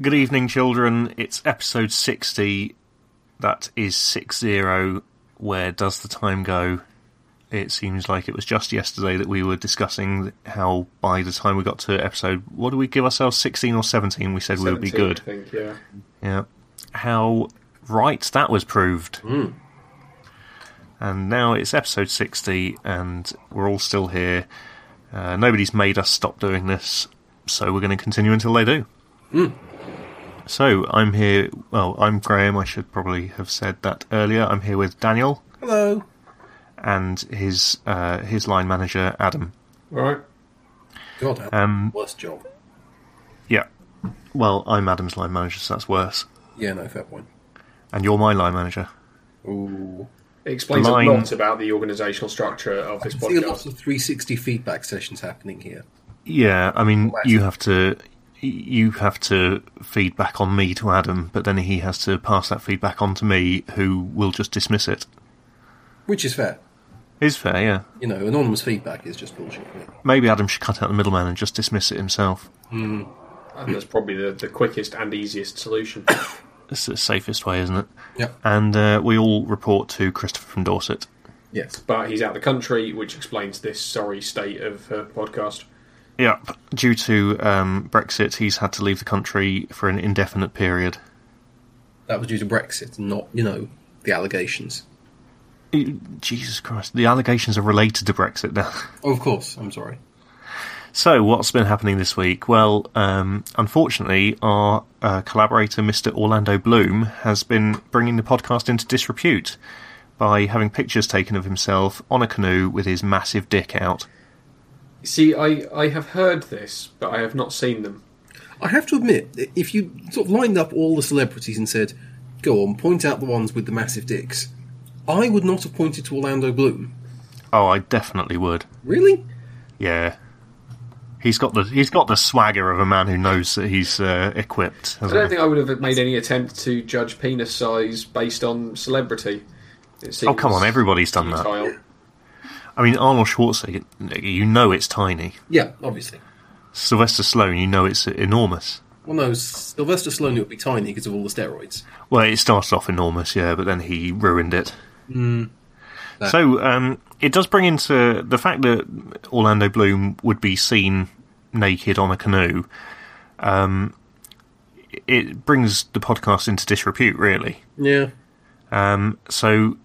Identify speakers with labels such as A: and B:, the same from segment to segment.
A: Good evening, children. It's episode 60. That is 60. Where does the time go? It seems like it was just yesterday that we were discussing how by the time we got to episode, what do we give ourselves, 16 or 17? We said we would be
B: 17,
A: good.
B: I think, yeah.
A: Yeah. How right that was proved. And now it's episode 60, and we're all still here. Uh, nobody's made us stop doing this, so we're going to continue until they do. So I'm here. Well, I'm Graham. I should probably have said that earlier. I'm here with Daniel
B: Hello.
A: and his uh, his line manager Adam.
B: Right.
C: God, that's
A: Um,
C: the worst job.
A: Yeah. Well, I'm Adam's line manager, so that's worse.
C: Yeah, no, fair point.
A: And you're my line manager.
C: Ooh.
B: It explains
A: Line.
B: a lot about the organisational structure of this
C: See a lot
B: podcast.
C: of 360 feedback sessions happening here.
A: Yeah, I mean,
C: West.
A: you have to you have to feed back on me to Adam, but then he has to pass that feedback on to me, who will just dismiss it.
C: Which is fair.
A: Is fair, yeah.
C: You know, anonymous feedback is just bullshit. really.
A: Maybe Adam should cut out the middleman and just dismiss it himself.
B: And that's probably the, the quickest and easiest solution.
A: It's the safest way, isn't it?
C: Yeah.
A: And uh, we all report to Christopher from Dorset.
C: Yes.
B: but he's out of the country, which explains this sorry state of uh, podcast.
A: Yep. Due to um, Brexit, he's had to leave the country for an indefinite period.
C: That was due to Brexit, not, you know, the allegations.
A: E- Jesus Christ, the allegations are related to Brexit now.
C: Oh, of course. I'm sorry.
A: So, what's been happening this week? Well, um, unfortunately, our uh, collaborator, Mr. Orlando Bloom, has been bringing the podcast into disrepute by having pictures taken of himself on a canoe with his massive dick out.
B: See, I, I have heard this, but I have not seen them.
C: I have to admit, that if you sort of lined up all the celebrities and said, go on, point out the ones with the massive dicks, I would not have pointed to Orlando Bloom.
A: Oh, I definitely would.
C: Really?
A: Yeah. He's got the he's got the swagger of a man who knows that he's uh, equipped.
B: I
A: hasn't
B: don't
A: he?
B: think I would have made any attempt to judge penis size based on celebrity. It
A: Oh come
B: seems
A: on, everybody's done that.
B: futile.
A: I mean, Arnold Schwarzenegger, you know it's tiny.
C: Yeah, obviously.
A: Sylvester Stallone, you know it's enormous.
C: Well, no, Sylvester Stallone would be tiny because of all the steroids.
A: Well, it started off enormous, yeah, but then he ruined it. So um, it does bring into the fact that Orlando Bloom would be seen naked on a canoe. Um, it brings the podcast into disrepute, really.
C: Yeah.
A: So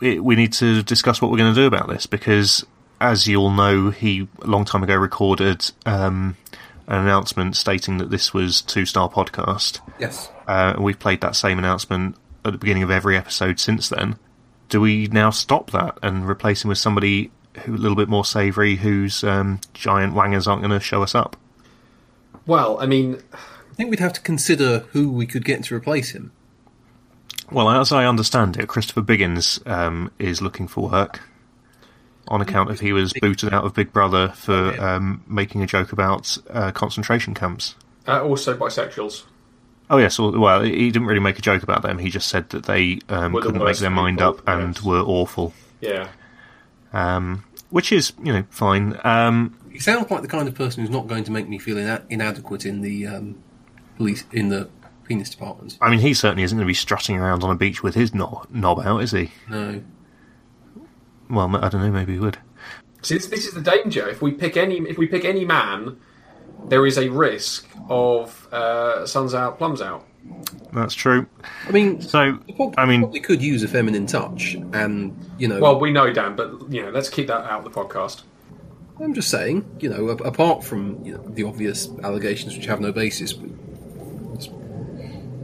A: it, we need to discuss what we're going to do about this because, as you all know, he a long time ago recorded um, an announcement stating that this was Two Star Podcast.
C: Yes.
A: Uh, and we've played that same announcement at the beginning of every episode since then. Do we now stop that and replace him with somebody who a little bit more savoury, whose um, giant wangers aren't going to show us up?
B: Well, I mean,
C: I think we'd have to consider who we could get to replace him.
A: Well, as I understand it, Christopher Biggins um, is looking for work on account of he was booted out of Big Brother for um, making a joke about uh, concentration camps.
B: uh, also bisexuals.
A: Oh yes, well, well, he didn't really make a joke about them. He just said that they um,
B: Were the
A: couldn't make
B: worst
A: their mind
B: people,
A: up and
B: yes.
A: were awful,
B: Yeah.
A: which is you know fine. Um,
C: He sounds like the kind of person who's not going to make me feel ina- inadequate in the um, police in the penis department.
A: I mean, he certainly isn't going to be strutting around on a beach with his knob, knob out, is he?
C: No.
A: Well, I don't know. Maybe he would.
B: See, this, this is the danger. If we pick any, if we pick any man, there is a risk of uh, suns out, plums out.
A: That's true.
C: I mean,
A: So,
C: the pod-
A: I mean,
C: probably could use a feminine touch, and you know,
B: Well, we know Dan, but you know, let's keep that out of the podcast.
C: I'm just saying, you know, a- apart from you know, the obvious allegations which have no basis, we- this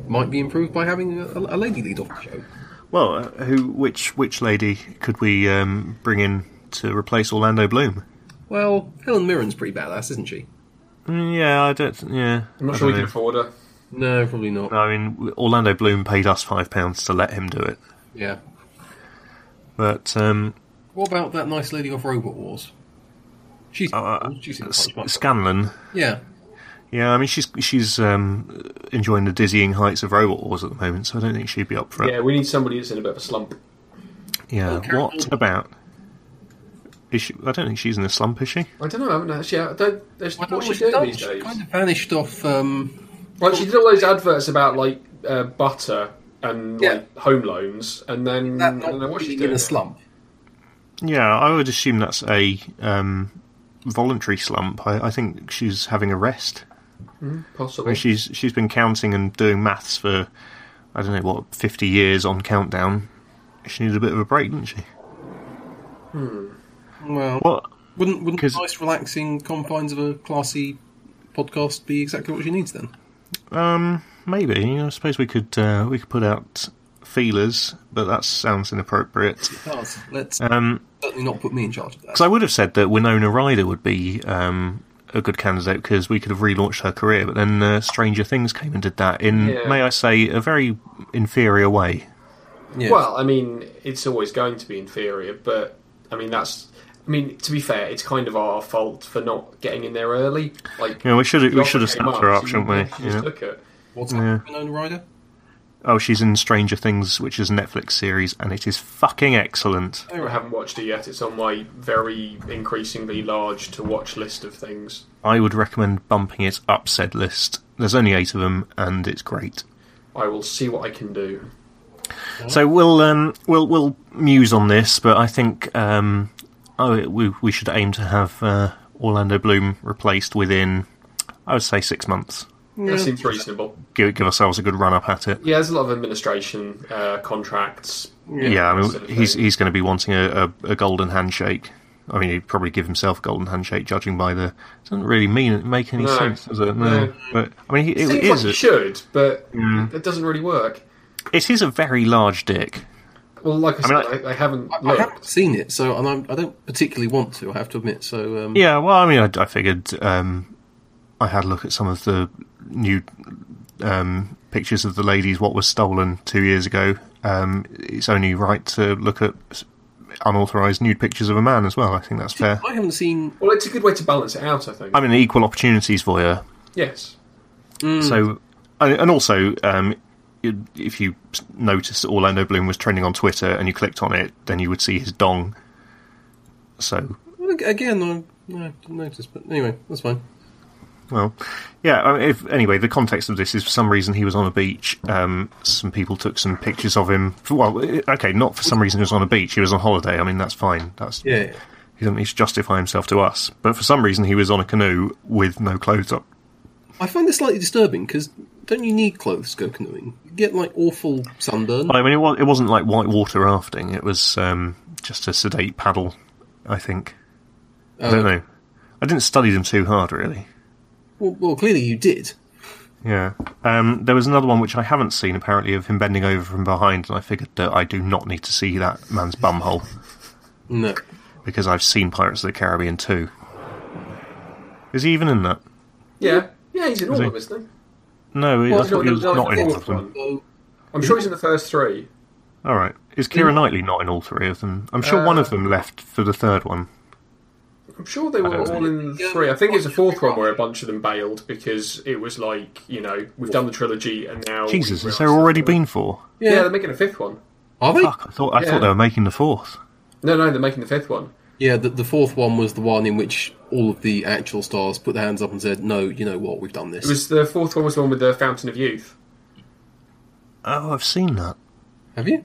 C: might be improved by having a, a lady lead off the show.
A: well, uh, who, which, which lady could we um, bring in to replace Orlando Bloom?
C: Well, Helen Mirren's pretty badass, isn't she?
A: Mm, Yeah, I don't. Yeah,
B: I'm not
A: I
B: sure we
A: don't
B: can
A: know.
B: afford her.
C: No, probably not.
A: I mean, w- Orlando Bloom paid us five pounds to let him do it,
C: Yeah.
A: but um,
C: What about that nice lady off Robot Wars? She's
A: uh,
C: she's
A: S-
C: quite much.
A: Scanlon.
C: yeah.
A: Yeah, I mean, she's she's um, enjoying the dizzying heights of Robot Wars at the moment, so I don't think she'd be up for it.
B: Yeah, we need somebody that's in a bit of a slump.
A: Yeah.
C: Carol
A: What
C: Alden.
A: about? Is she, I don't think she's in a slump, is she?
B: I don't know. I haven't actually. I don't, there's,
C: Well,
B: what's she
C: she's done-
B: doing these
C: she
B: days?
C: kind of vanished off um,
B: Like she did all those adverts about like uh, butter and
C: Yeah.
B: like home loans, and then
C: That
B: Mm, I don't know
C: not
B: what she's
C: being
B: doing.
C: in a slump.
A: Yeah, I would assume that's a um, voluntary slump. I, I think she's having a rest.
B: Possibly.
A: She's she's been counting and doing maths for I don't know what fifty years on countdown. She needed a bit of a break, didn't she?
C: Well,
A: What?
C: wouldn't wouldn't
A: 'Cause-
C: the nice relaxing confines of a classy podcast be exactly what she needs then?
A: Um, maybe. I suppose we could uh, we could put out feelers, but that sounds inappropriate.
C: Does. Let's
A: Um,
C: certainly not put me in charge of that.
A: because I would have said that Winona Ryder would be um, a good candidate because we could have relaunched her career, but then uh, Stranger Things came and did that in,
B: Yeah.
A: may I say, a very inferior way.
C: Yeah.
B: Well, I mean, it's always going to be inferior, but I mean that's. I mean, to be fair, it's kind of our fault for not getting in there early. Like,
A: Yeah, we should have,
B: the
A: we should have
B: offer came
A: snapped her
B: so
A: up, shouldn't we?
B: She
A: Yeah.
B: just took it.
C: what's
A: yeah.
C: happening, Winona Ryder?
A: Oh, she's in Stranger Things, which is a Netflix series, and it is fucking excellent.
B: I haven't watched it yet. It's on my very increasingly large to watch list of things.
A: I would recommend bumping it up said list. There's only eight of them, and it's great.
B: I will see what I can do.
A: So we'll um, we'll we'll muse on this, but I think um, oh, we we should aim to have uh, Orlando Bloom replaced within, I would say, six months.
B: That seems reasonable.
A: Give give ourselves a good run up at it.
B: Yeah, there's a lot of administration uh, contracts.
A: Yeah, I mean,
B: Sort of
A: he's
B: thing.
A: he's going to be wanting a, a, a golden handshake. I mean, he'd probably give himself a golden handshake, judging by the. Doesn't really mean make any
B: No.
A: sense, does it? No.
B: No.
A: But I mean, he, it,
B: Seems
A: it
B: like
A: is
B: you
A: a,
B: should, but it doesn't really work.
A: it is a very large dick.
B: Well, like I said,
A: mean,
B: I, I, haven't
C: I
B: looked.
C: haven't seen it, so and I'm, I don't particularly want to. I have to admit. So um,
A: Yeah, well, I mean, I, I figured um, I had a look at some of the new um, pictures of the ladies, what was stolen two years ago. Um, it's only right to look at s- unauthorised nude pictures of a man as well. I think that's fair.
C: I haven't seen.
B: Well, it's a good way to balance it out, I think.
A: I'm an equal opportunities voyeur,
B: yes.
A: so and and also. Um, i- if you s- noticed that Orlando Bloom was trending on Twitter and you clicked on it, then you would see his dong. So
C: Again, I, no, I didn't notice. But anyway, that's fine.
A: Well, yeah. I mean, if, anyway, the context of this is for some reason he was on a beach. Um, some people took some pictures of him. For, well, eh, okay, not for some reason he was on a beach. He was on holiday. I mean, that's fine. That's
C: Yeah.
A: he doesn't need to justify himself to us. But for some reason he was on a canoe with no clothes up.
C: I find this slightly disturbing because don't you need clothes to go canoeing? You get like awful sunburn.
A: But I mean, it, was, it wasn't like white water rafting. It was um, just a sedate paddle. I think. I
B: Oh.
A: don't know. I didn't study them too hard, really.
C: Well, well, clearly you did.
A: Yeah. Um, there was another one which I haven't seen, apparently, of him bending over from behind, and I figured that I do not need to see that man's bumhole
C: No.
A: because I've seen Pirates of the Caribbean too. Is he even in that?
B: Yeah. Yeah, he's in all
A: he?
B: of them, isn't he?
A: No, I
C: Well,
A: thought he
B: no,
A: was
B: no,
A: not in
B: no,
A: all of them.
B: no.
C: So,
B: I'm sure he's in the first three.
A: All right. Is Kira Knightley not in all three of them? I'm
B: Uh,
A: sure one of them left for the third one.
B: I'm sure they were
A: don't
B: all in
C: Yeah.
B: three. I think it's the fourth one where a bunch of them bailed because it was like, you know, we've done the trilogy and now. we
A: Jesus, has
B: realise
A: there
B: that-
A: already been four?
B: Yeah,
C: yeah.
B: they're making a fifth one.
C: Are they?
A: Fuck, I thought I
B: Yeah.
A: thought they were making the fourth.
B: No, no, they're making the fifth one.
C: Yeah. The, the fourth one was the one in which all of the actual stars put their hands up and said, "No, you know what? We've done this."
B: It was the fourth one was the one with the Fountain of Youth.
A: Oh, I've seen that.
C: Have you?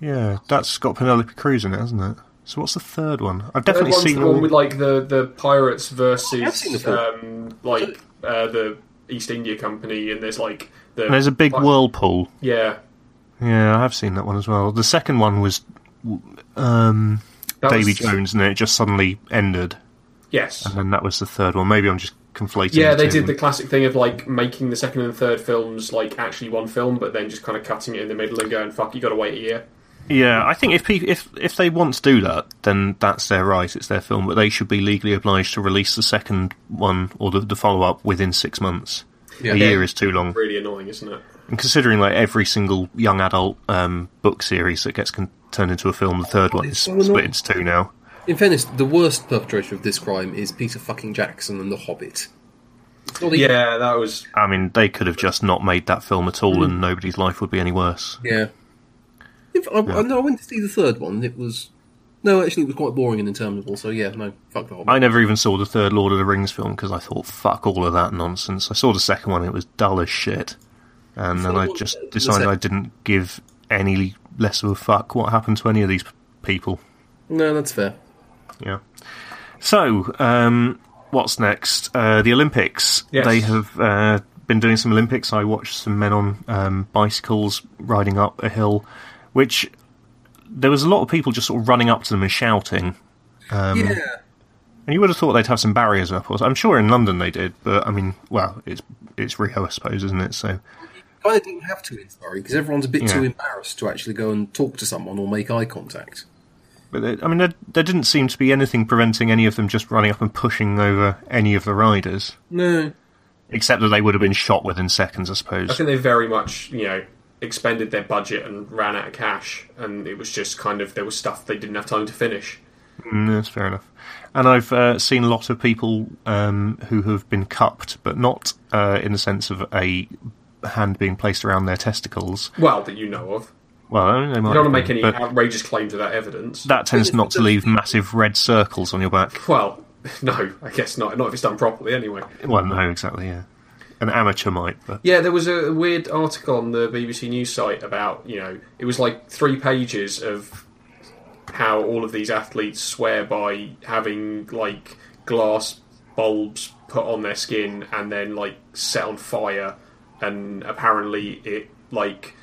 A: Yeah, that's got Penelope Cruz in it, hasn't it? So what's the third one? I've
B: That
A: definitely
B: one's
A: seen
B: the one
A: all.
B: with like the, the pirates
C: I've seen the
B: versus
C: fourth.
B: um, like uh, the East India Company, and there's like the
A: There's a big whirlpool.
B: Yeah,
A: Yeah, I have seen that one as well. The second one was um,
B: that
A: Davy
B: was-
A: Jones, and then it just suddenly ended.
B: Yes,
A: And then that was the third one. Maybe I'm just conflating.
B: yeah, they
A: two.
B: did the classic thing of like making the second and third films like actually one film, but then just kind of cutting it in the middle and going, "Fuck, you got to wait a year."
A: Yeah, I think if pe- if if they want to do that, then that's their right. It's their film, but they should be legally obliged to release the second one or the, the follow up within six months.
C: Yeah.
A: A year is too long.
B: Really annoying, isn't it?
A: And considering like every single young adult um, book series that gets con- turned into a film, the third one is
C: so annoying.
A: split into two now.
C: In fairness, the worst perpetrator of this crime is Peter fucking Jackson and the Hobbit. It's not even-
B: Yeah, that was.
A: I mean, they could have just not made that film at all, and nobody's life would be any worse.
C: Yeah. If, I, I know I went to see the third one. and It was No, actually, it was quite boring and interminable. So yeah, no, fuck the Hobbit.
A: I never even saw the third Lord of the Rings film because I thought, fuck all of that nonsense. I saw the second one, it was dull as shit. And then I
C: Well,
A: just
C: the
A: decided
C: sec-
A: I didn't give any less of a fuck what happened to any of these p- people.
C: no, that's fair.
A: Yeah. So, um, what's next? Uh, the Olympics.
B: Yes.
A: They have uh, been doing some Olympics. I watched some men on um, bicycles riding up a hill, which there was a lot of people just sort of running up to them and shouting. Um,
C: yeah,
A: And you would have thought they'd have some barriers up. Or I'm sure in London they did, but I mean, well, it's it's Rio, I suppose, isn't it? So
C: kind of didn't have to in Surrey because everyone's a bit
A: Yeah.
C: too embarrassed to actually go and talk to someone or make eye contact.
A: But there- I mean, there, there didn't seem to be anything preventing any of them just running up and pushing over any of the riders,
C: No,
A: except that they would have been shot within seconds, I
B: I
A: suppose.
B: think they very much, you know, expended their budget and ran out of cash, and it was just kind of there was stuff they didn't have time to finish.
A: Mm, that's fair enough. And I've uh, seen a lot of people um, who have been cupped, but not uh, in the sense of a hand being placed around their testicles.
B: Well, that you know of.
A: Well, I mean, they might
B: I don't want
A: have
B: to make
A: been,
B: any
A: but
B: outrageous claims without evidence.
A: that tends not to leave massive red circles on your back.
B: Well, no, I guess not. Not if it's done properly, anyway.
A: Well, no, exactly. Yeah, an amateur might, but
B: Yeah, there was a weird article on the BBC News site about, you know, it was like three pages of how all of these athletes swear by having, like, glass bulbs put on their skin and then, like, set on fire. And apparently it, like,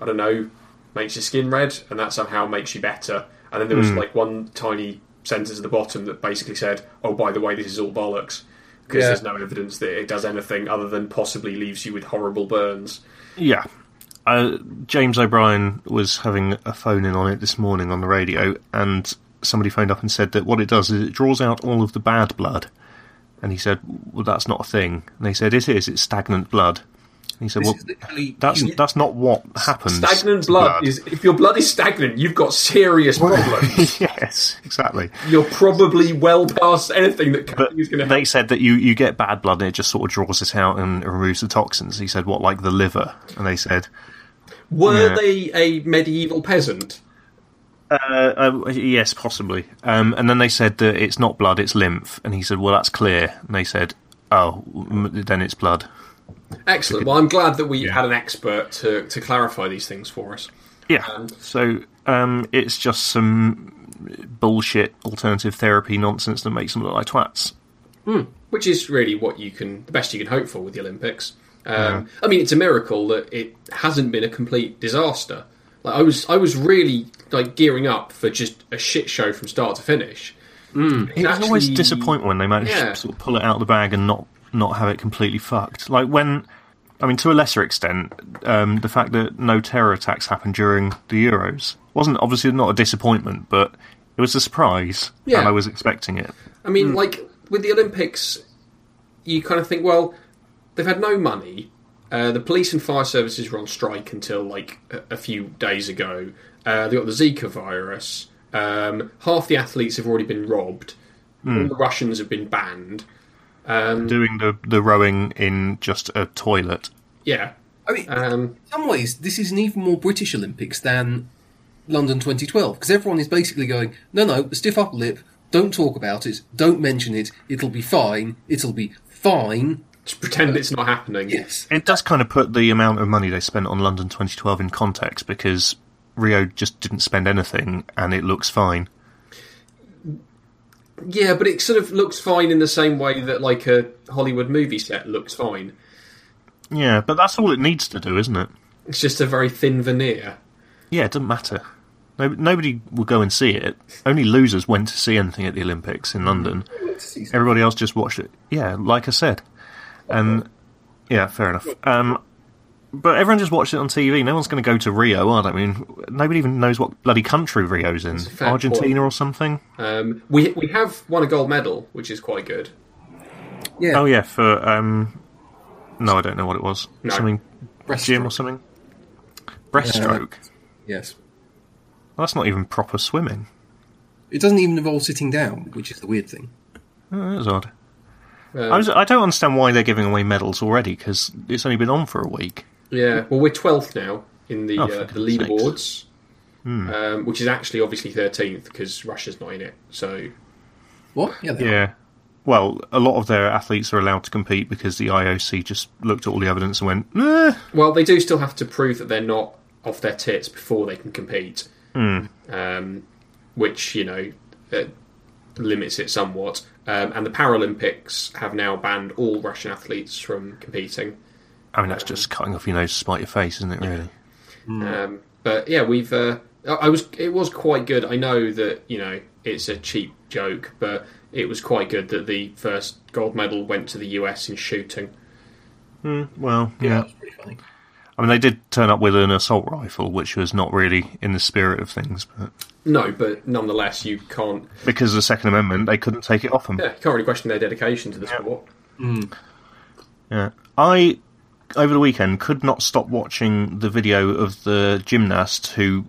B: I don't know, makes your skin red and that somehow makes you better. And then there was, like, one tiny sentence at the bottom that basically said, oh, by the way, this is all bollocks. Because
C: Yeah.
B: there's no evidence that it does anything other than possibly leaves you with horrible burns.
A: Yeah. Uh, James O'Brien was having a phone in on it this morning on the radio, and somebody phoned up and said that what it does is it draws out all of the bad blood. And he said, "Well, that's not a thing." And they said, "It is. It's stagnant blood." And he said,
C: This
A: "Well,
C: is literally
A: that's
C: human-
A: that's not what happens.
B: Stagnant
A: to
B: blood, is if your blood is stagnant, you've got serious problems.
A: yes, exactly."
B: You're probably well past anything that
A: But
B: is going to
A: they said that you, you get bad blood and it just sort of draws it out and removes the toxins. He said, "What, like the liver?" And they said,
B: Were
A: yeah.
B: they a medieval peasant?
A: Uh, uh, yes, possibly. Um, and then they said that it's not blood, it's lymph. And he said, well, that's clear. And they said, oh, m- then it's blood.
B: Excellent. Well, I'm glad that we had an expert to, to clarify these things for us.
A: Yeah. so um, it's just some bullshit alternative therapy nonsense that makes them look like twats.
B: which is really what you can the best you can hope for with the Olympics. Um, I mean, it's a miracle that it hasn't been a complete disaster. Like I was, I was really like gearing up for just a shit show from start to finish.
A: Hmm. It's always
B: actually-
A: disappointing when they manage
B: Yeah.
A: to sort of pull it out of the bag and not not have it completely fucked. Like when, I mean, to a lesser extent, um, the fact that no terror attacks happened during the Euros wasn't obviously not a disappointment, but it was a surprise,
B: Yeah.
A: and I was expecting it.
B: I mean, like with the Olympics, you kind of think, well, they've had no money. Uh, the police and fire services were on strike until like a, a few days ago. Uh, they got the Zika virus. Um, half the athletes have already been robbed. All the Russians have been banned.
A: doing the the rowing in just a toilet.
B: Yeah.
C: I mean,
B: Um,
C: in some ways, this is an even more British Olympics than London 2012 because everyone is basically going, no, no, stiff upper lip, don't talk about it, don't mention it, it'll be fine, it'll be fine.
B: just pretend it's not happening.
C: Yes.
A: It does kind of put the amount of money they spent on London 2012 in context because Rio just didn't spend anything and it looks fine.
B: Yeah, but it sort of looks fine in the same way that like a Hollywood movie set looks fine.
A: Yeah, but that's all it needs to do, isn't it?
B: It's just a very thin veneer.
A: Yeah, it doesn't matter. No, nobody will go and see it. Only losers went to see anything at the Olympics in London. Everybody else just watched it. Yeah, like I said. And yeah, fair enough. Um, but everyone just watched it on TV. No one's going to go to Rio, are they? I mean, nobody even knows what bloody country Rio's in.
B: fair
A: Argentina
B: point.
A: or something?
B: Um, we we have won a gold medal, which is quite good.
C: Yeah.
A: Oh, yeah, for. Um, no, I don't know what it was.
B: No.
A: Something.
C: Breaststroke.
A: Gym or something? Breaststroke.
C: Yes.
A: Well, that's not even proper swimming.
C: It doesn't even involve sitting down, which is the weird thing.
A: Oh, that was odd.
B: Um,
A: I, was, I don't understand why they're giving away medals already because it's only been on for a week.
B: Yeah. Well, we're twelfth now in the
A: Oh, for
B: uh, the
A: goodness sakes. Hmm.
B: leaderboards. um, which is actually obviously 13th because Russia's not in it. So
C: What? Yeah, they are.
A: Yeah. Well, a lot of their athletes are allowed to compete because the IOC just looked at all the evidence and went, eh,
B: Well, they do still have to prove that they're not off their tits before they can compete,
A: Hmm.
B: um, which you know uh, limits it somewhat. Um, and the Paralympics have now banned all Russian athletes from competing.
A: I mean, that's just cutting off your nose to spite your face, isn't it, really?
B: Um, but yeah, we've. Uh, I I was. It was quite good. I know that you know it's a cheap joke, but it was quite good that the first gold medal went to the US in shooting.
A: Well,
C: Yeah,
A: yeah.
C: that's pretty funny.
A: I mean, they did turn up with an assault rifle, which was not really in the spirit of things, but
B: No, but nonetheless, you can't.
A: because of the Second Amendment, they couldn't take it off them.
B: Yeah, you can't really question their dedication to the
A: Yeah.
B: sport.
A: Yeah. I over the weekend could not stop watching the video of the gymnast who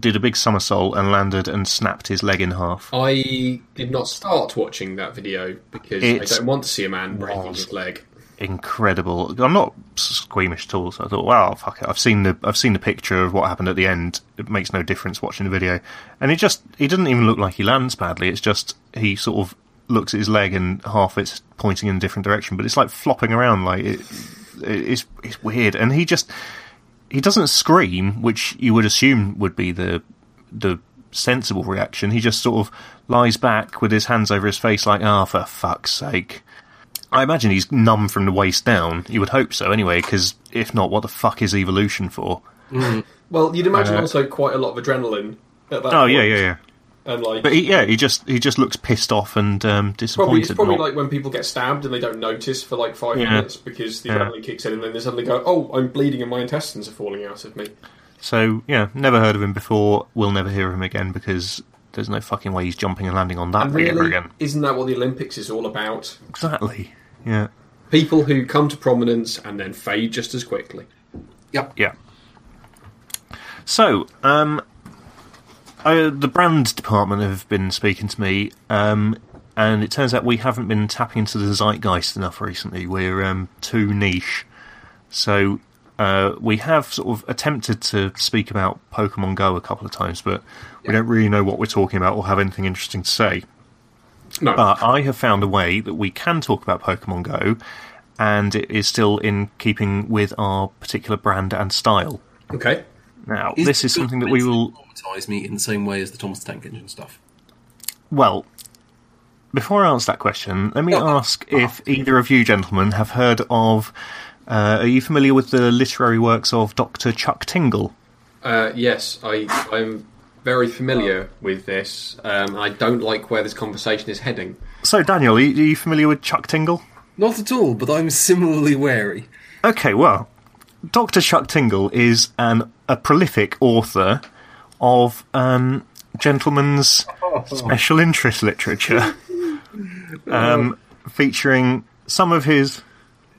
A: did a big somersault and landed and snapped his leg in half.
B: I did not start watching that video because I
A: It's-
B: don't want to see a man breaking
A: Balls.
B: his leg.
A: Incredible. I'm not squeamish at all, so I thought, wow, fuck it. I've seen the I've seen the picture of what happened at the end. It makes no difference watching the video. And it just he doesn't even look like he lands badly. It's just he sort of looks at his leg and half it's pointing in a different direction, but it's like flopping around like it, it it's it's weird. And he just he doesn't scream, which you would assume would be the the sensible reaction. He just sort of lies back with his hands over his face, like, "Ah, for fuck's sake." I imagine he's numb from the waist down. You would hope so, anyway, because if not, what the fuck is evolution for?
B: Well, you'd imagine
A: Uh,
B: also quite a lot of adrenaline at that.
A: Oh yeah, yeah, yeah.
B: And like,
A: But he, yeah, he just he just looks pissed off and um,
B: probably
A: disappointed.
B: it's probably
A: not-
B: like when people get stabbed and they don't notice for like five
A: Yeah.
B: minutes because the
A: Yeah.
B: adrenaline kicks in, and then they suddenly go, "Oh, I'm bleeding and my intestines are falling out of me."
A: So yeah, never heard of him before. We'll never hear of him again because there's no fucking way he's jumping and landing on that
B: And
A: thing ever
B: really,
A: again.
B: isn't that what the Olympics is all about?
A: Exactly. Yeah.
B: People who come to prominence and then fade just as quickly.
C: Yep.
A: Yeah. So, um, uh, the brand department have been speaking to me, um, and it turns out we haven't been tapping into the zeitgeist enough recently. We're um, too niche. So, uh, we have sort of attempted to speak about Pokemon Go a couple of times, but we don't really know what we're talking about or have anything interesting to say.
B: No,
A: But I have found a way that we can talk about Pokemon Go, and it is still in keeping with our particular brand and style.
B: okay.
A: Now, this is something that we will.
C: traumatize me in the same way as the Thomas the Tank Engine stuff.
A: Well, before I answer that question, let me ask if either of you gentlemen have heard of. Uh, are you familiar with the literary works of Dr. Chuck Tingle?
B: Uh, yes, I, I'm very familiar with this. Um, I don't like where this conversation is heading.
A: So, Daniel, are you, are you familiar with Chuck Tingle?
C: Not at all, but I'm similarly wary.
A: Okay, well, Dr. Chuck Tingle is an a prolific author of um, gentlemen's special interest literature, um, featuring some of his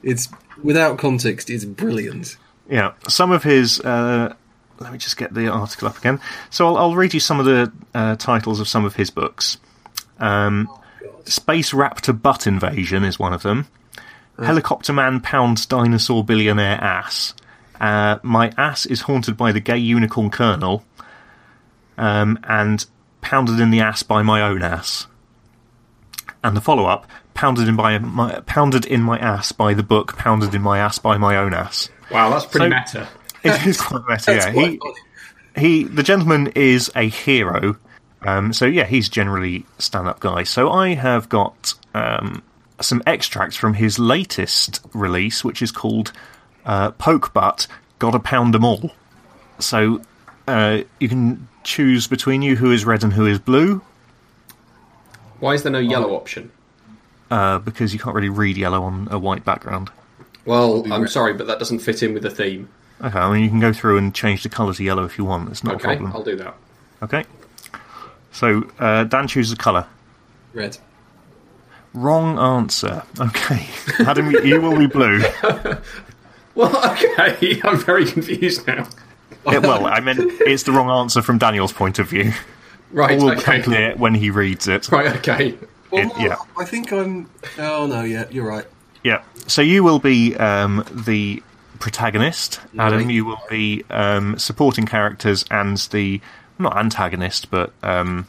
C: It's without context, it's brilliant.
A: Yeah, some of his. Uh, let me just get the article up again. So I'll, I'll read you some of the uh, titles of some of his books. Um, Space Raptor Butt Invasion is one of them. Helicopter Man pounds dinosaur billionaire ass. Uh, My ass is haunted by the gay unicorn colonel. Um, and pounded in the ass by my own ass. And the follow up pounded in by my pounded in my ass by the book pounded in my ass by my own ass.
B: Wow, that's pretty
A: So-
B: meta.
A: It is quite meta.
C: That's
A: Yeah,
C: quite
A: he,
C: funny.
A: he, the gentleman is a hero. Um, so yeah, he's generally stand-up guy. So I have got um, some extracts from his latest release, which is called uh, "Poke Butt." Got to pound 'em all. So uh, you can choose between you who is red and who is blue,
B: Why is there no yellow
A: Oh.
B: option?
A: uh, because you can't really read yellow on a white background.
B: Well, I'm sorry, but that doesn't fit in with the theme.
A: Okay, I mean you can go through and change the colour to yellow if you want. It's not a
B: Okay,
A: problem.
B: I'll do that.
A: Okay. So uh, Dan chooses a colour.
C: Red.
A: Wrong answer. Okay. Adam, you will be blue.
B: Well, okay, I'm very confused now.
A: Yeah, well, I meant it's the wrong answer from Daniel's point of view.
B: Right,
A: We'll
B: okay.
A: become clear when he reads it.
B: Right, okay.
C: Well,
A: It- yeah.
C: I think I'm. Oh no, yeah, you're right.
A: Yeah. So you will be um, the protagonist, Adam.
C: Right.
A: You will be um, supporting characters and the not antagonist, but um,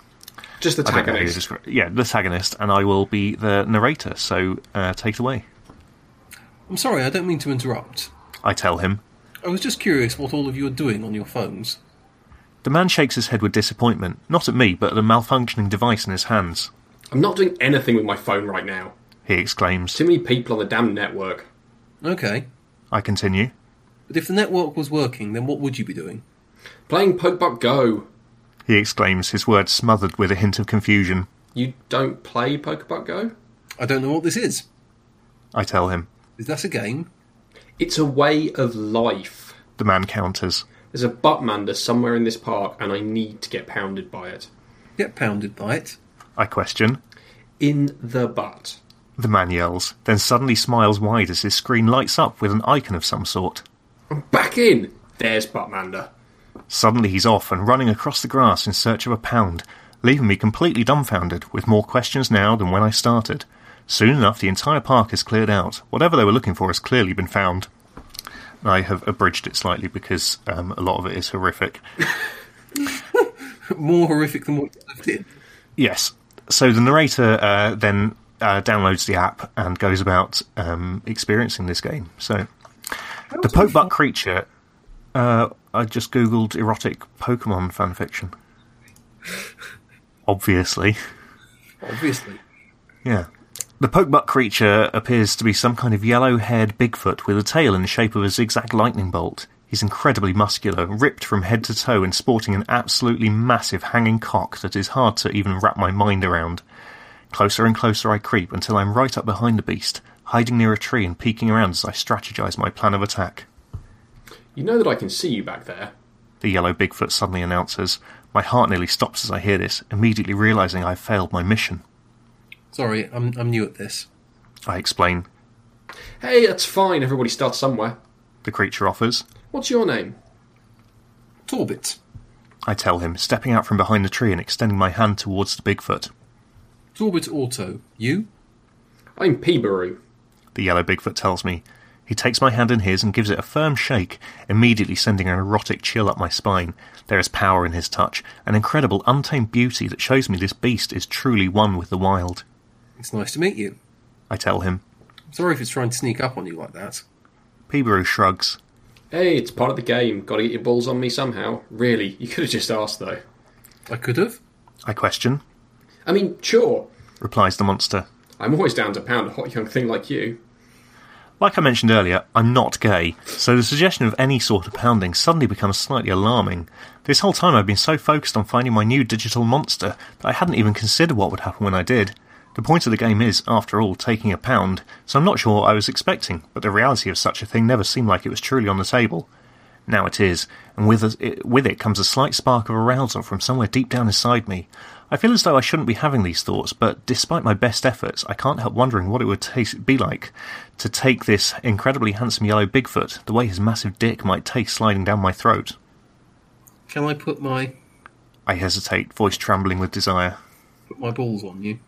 B: Just the
A: I don't know how you
B: tagonist.
A: describe- yeah, the antagonist, and I will be the narrator. So uh, take it away.
C: I'm sorry, I don't mean to interrupt.
A: I tell him.
C: I was just curious what all of you are doing on your phones.
A: The man shakes his head with disappointment, not at me, but at the malfunctioning device in his hands.
B: I'm not doing anything with my phone right now.
A: He exclaims.
B: Too many people on the damn network.
C: Okay.
A: I continue.
C: But if the network was working, then what would you be doing?
B: Playing Pokeball Go.
A: He exclaims, his words smothered with a hint of confusion.
B: You don't play Pokeball Go?
C: I don't know what this is.
A: I tell him.
C: Is that a game?
B: It's a way of life.
A: The man counters.
B: There's a buttmander somewhere in this park, and I need to get pounded by it.
C: Get pounded by it.
A: I question.
B: In the butt.
A: The man yells, then suddenly smiles wide as his screen lights up with an icon of some sort.
B: Back in! There's buttmander.
A: Suddenly he's off and running across the grass in search of a pound, leaving me completely dumbfounded, with more questions now than when I started. Soon enough, the entire park is cleared out. Whatever they were looking for has clearly been found. I have abridged it slightly because um, a lot of it is horrific.
C: More horrific than what you left in.
A: Yes. So the narrator uh, then uh, downloads the app and goes about um, experiencing this game. So the Pokebuck creature. Uh, I just googled erotic Pokemon fanfiction. Obviously.
C: Obviously.
A: Yeah. The pokebuck creature appears to be some kind of yellow haired Bigfoot with a tail in the shape of a zigzag lightning bolt. He's incredibly muscular, ripped from head to toe, and sporting an absolutely massive hanging cock that is hard to even wrap my mind around. Closer and closer I creep until I'm right up behind the beast, hiding near a tree and peeking around as I strategize my plan of attack.
B: You know that I can see you back there.
A: The yellow Bigfoot suddenly announces. My heart nearly stops as I hear this, immediately realizing I've failed my mission.
C: Sorry, I'm, I'm new at this.
A: I explain.
B: Hey, that's fine. Everybody starts somewhere.
A: The creature offers.
B: What's your name?
C: Torbit.
A: I tell him, stepping out from behind the tree and extending my hand towards the Bigfoot.
C: Torbit Auto. You?
B: I'm Peebaroo.
A: The yellow Bigfoot tells me. He takes my hand in his and gives it a firm shake, immediately sending an erotic chill up my spine. There is power in his touch, an incredible, untamed beauty that shows me this beast is truly one with the wild.
C: It's nice to meet you.
A: I tell him.
C: Sorry if it's trying to sneak up on you like that.
A: Peebaroo shrugs.
B: Hey, it's part of the game. Gotta get your balls on me somehow. Really, you could have just asked though.
C: I could have.
A: I question,
B: I mean, sure.
A: replies the monster.
B: I'm always down to pound a hot young thing like you.
A: Like I mentioned earlier, I'm not gay, so the suggestion of any sort of pounding suddenly becomes slightly alarming. This whole time I've been so focused on finding my new digital monster that I hadn't even considered what would happen when I did. The point of the game is, after all, taking a pound, so I'm not sure what I was expecting, but the reality of such a thing never seemed like it was truly on the table. Now it is, and with us- it, with it comes a slight spark of arousal from somewhere deep down inside me. I feel as though I shouldn't be having these thoughts, but despite my best efforts, I can't help wondering what it would taste, be like to take this incredibly handsome yellow Bigfoot, the way his massive dick might taste sliding down my throat.
C: Can I put my
A: I hesitate, voice trembling with desire.
C: put my balls on you?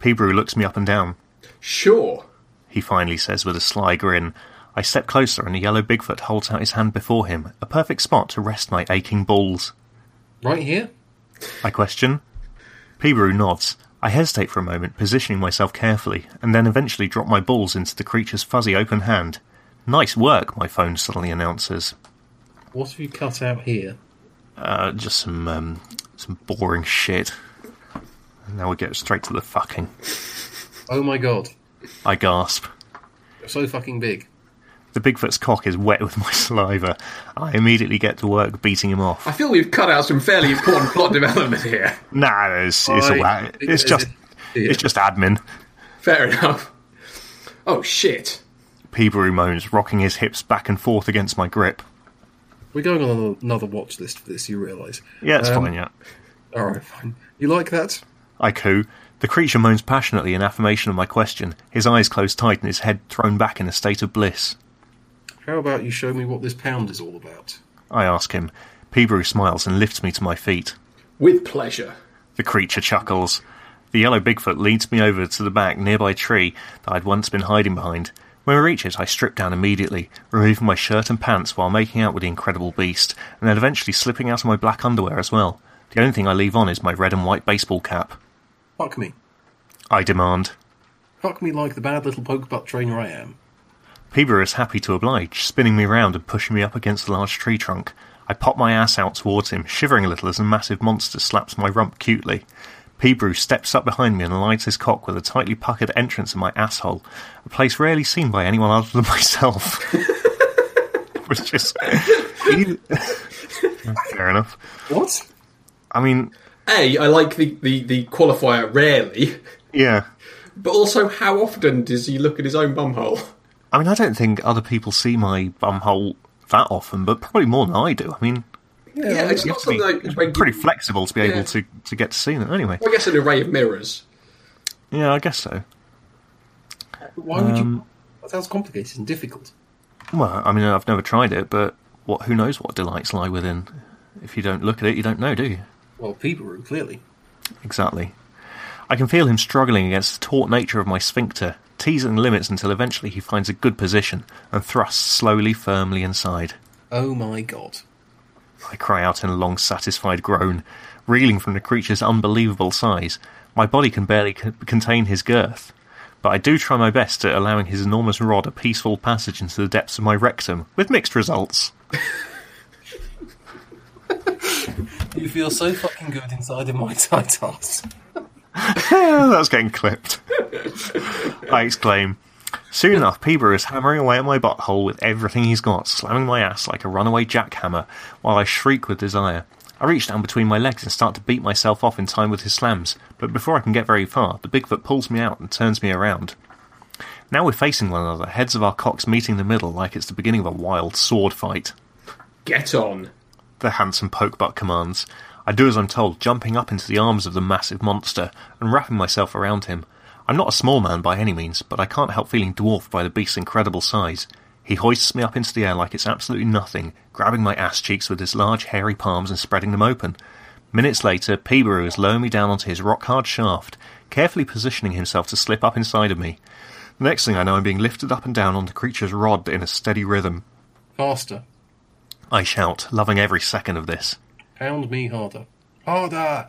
A: Peebaroo looks me up and down.
B: Sure.
A: he finally says with a sly grin. I step closer and the yellow Bigfoot holds out his hand before him, a perfect spot to rest my aching balls.
C: Right here?
A: I question. Peebaroo nods. I hesitate for a moment, positioning myself carefully, and then eventually drop my balls into the creature's fuzzy open hand. Nice work, my phone suddenly announces.
C: What have you cut out here?
A: Uh, just some um, some boring shit. And now we get straight to the fucking.
C: Oh my god.
A: I gasp.
C: You're so fucking big.
A: The Bigfoot's cock is wet with my saliva. I immediately get to work beating him off.
B: I feel we've cut out some fairly important plot development here.
A: Nah, it's, it's all
C: I-
A: right. It's just it's just admin.
B: Fair enough. Oh shit.
A: Peebaroo moans, rocking his hips back and forth against my grip.
C: We're going on another- another watch list for this, you realise.
A: Yeah, it's
C: Um,
A: fine. Yeah,
C: Alright, fine. You like that?
A: I coo. The creature moans passionately in affirmation of my question. His eyes closed tight and his head thrown back in a state of bliss.
C: How about you show me what this pound is all about?
A: I ask him. Peebaroo smiles and lifts me to my feet.
B: With pleasure.
A: The creature chuckles. The yellow Bigfoot leads me over to the back nearby tree that I'd once been hiding behind. When we reach it, I strip down immediately, removing my shirt and pants while making out with the incredible beast, and then eventually slipping out of my black underwear as well. The only thing I leave on is my red and white baseball cap.
D: Fuck me.
A: I demand.
D: Fuck me like the bad little poke butt trainer I am.
A: Peeber is happy to oblige, spinning me round and pushing me up against a large tree trunk. I pop my ass out towards him, shivering a little as a massive monster slaps my rump cutely. Peebrew steps up behind me and aligns his cock with a tightly puckered entrance in my asshole, a place rarely seen by anyone other than myself. Which is. Fair enough.
D: What?
A: I mean,
B: A, I like the, the, the qualifier rarely,
A: yeah.
B: but also how often does he look at his own bumhole?
A: I mean, I don't think other people see my bumhole that often, but probably more than I do. I mean,
B: Yeah, it's
A: you
B: not
A: have to
B: something
A: be
B: like when you-
A: pretty flexible to be able
B: Yeah.
A: to, to get to see them. Anyway,
B: I guess an array of mirrors.
A: yeah, I guess so.
D: Why would you?
A: Um,
D: That sounds complicated and difficult.
A: Well, I mean, I've never tried it, but what? Who knows what delights lie within? If you don't look at it, you don't know, do you?
D: Well, Peeperoo, clearly.
A: Exactly. I can feel him struggling against the taut nature of my sphincter, teasing the limits until eventually he finds a good position and thrusts slowly, firmly inside.
D: Oh my god.
A: I cry out in a long, satisfied groan, reeling from the creature's unbelievable size. My body can barely c- contain his girth, but I do try my best at allowing his enormous rod a peaceful passage into the depths of my rectum, with mixed results.
D: You feel so fucking good inside of my tight ass.
A: Oh, that's getting clipped. I exclaim. Soon enough, Peeber is hammering away at my butthole with everything he's got, slamming my ass like a runaway jackhammer, while I shriek with desire. I reach down between my legs and start to beat myself off in time with his slams, but before I can get very far, the Bigfoot pulls me out and turns me around. Now we're facing one another, heads of our cocks meeting the middle like it's the beginning of a wild sword fight
B: Get on.
A: the handsome pokebutt commands. I do as I'm told, jumping up into the arms of the massive monster and wrapping myself around him. I'm not a small man by any means, but I can't help feeling dwarfed by the beast's incredible size. He hoists me up into the air like it's absolutely nothing, grabbing my ass cheeks with his large hairy palms and spreading them open. Minutes later, Peebaroo is lowering me down onto his rock hard shaft, carefully positioning himself to slip up inside of me. The next thing I know, I'm being lifted up and down on the creature's rod in a steady rhythm.
D: Faster.
A: I shout, loving every second of this.
D: Pound me harder. Harder!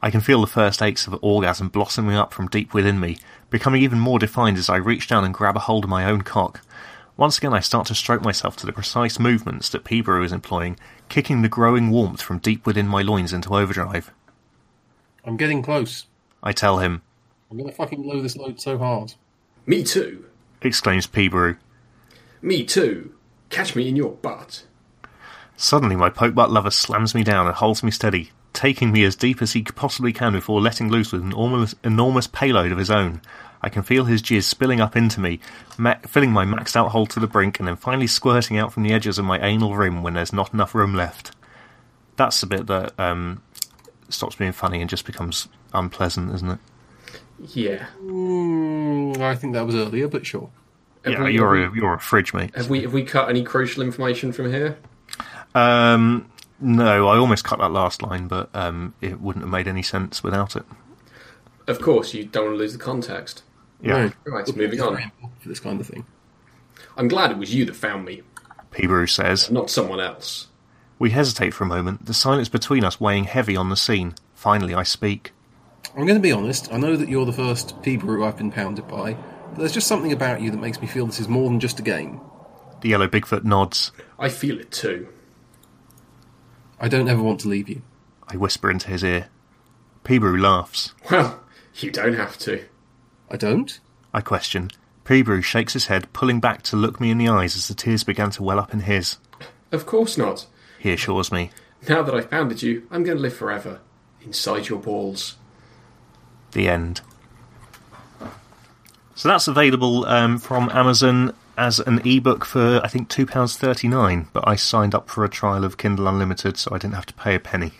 A: I can feel the first aches of orgasm blossoming up from deep within me, becoming even more defined as I reach down and grab a hold of my own cock. Once again, I start to stroke myself to the precise movements that Peebrew is employing, kicking the growing warmth from deep within my loins into overdrive.
D: I'm getting close.
A: I tell him,
D: I'm gonna fucking blow this load so hard.
B: Me too.
A: exclaims Peebrew.
B: Me too. Catch me in your butt.
A: Suddenly, my pokebutt lover slams me down and holds me steady, taking me as deep as he possibly can before letting loose with an almost enormous payload of his own. I can feel his jizz spilling up into me, ma- filling my maxed out hole to the brink, and then finally squirting out from the edges of my anal rim when there's not enough room left. That's the bit that um, stops being funny and just becomes unpleasant, isn't it?
B: Yeah.
D: Mm, I think that was earlier, but sure.
B: Have
A: yeah,
B: we-
A: you're a, you're a fridge, mate.
B: Have we have we cut any crucial information from here?
A: Um, no, I almost cut that last line, but um, it wouldn't have made any sense without it.
B: Of course, you don't want to lose the context.
A: Yeah.
B: Right, moving on.
D: Very important For this kind of thing.
B: I'm glad it was you that found me,
A: Peebrew says.
B: not someone else.
A: We hesitate for a moment, the silence between us weighing heavy on the scene. Finally, I speak.
D: I'm going to be honest. I know that you're the first Peeperoo I've been pounded by, but there's just something about you that makes me feel this is more than just a game.
A: The yellow Bigfoot nods.
B: I feel it too.
D: I don't ever want to leave you.
A: I whisper into his ear. Peebrew laughs.
B: Well, you don't have to.
D: I don't?
A: I question. Peebrew shakes his head, pulling back to look me in the eyes as the tears began to well up in his.
B: Of course not.
A: He assures me.
B: Now that I've founded you, I'm going to live forever inside your balls.
A: The end. So that's available um, from Amazon as an ebook for I think two pounds thirty nine. But I signed up for a trial of Kindle Unlimited, so I didn't have to pay a penny.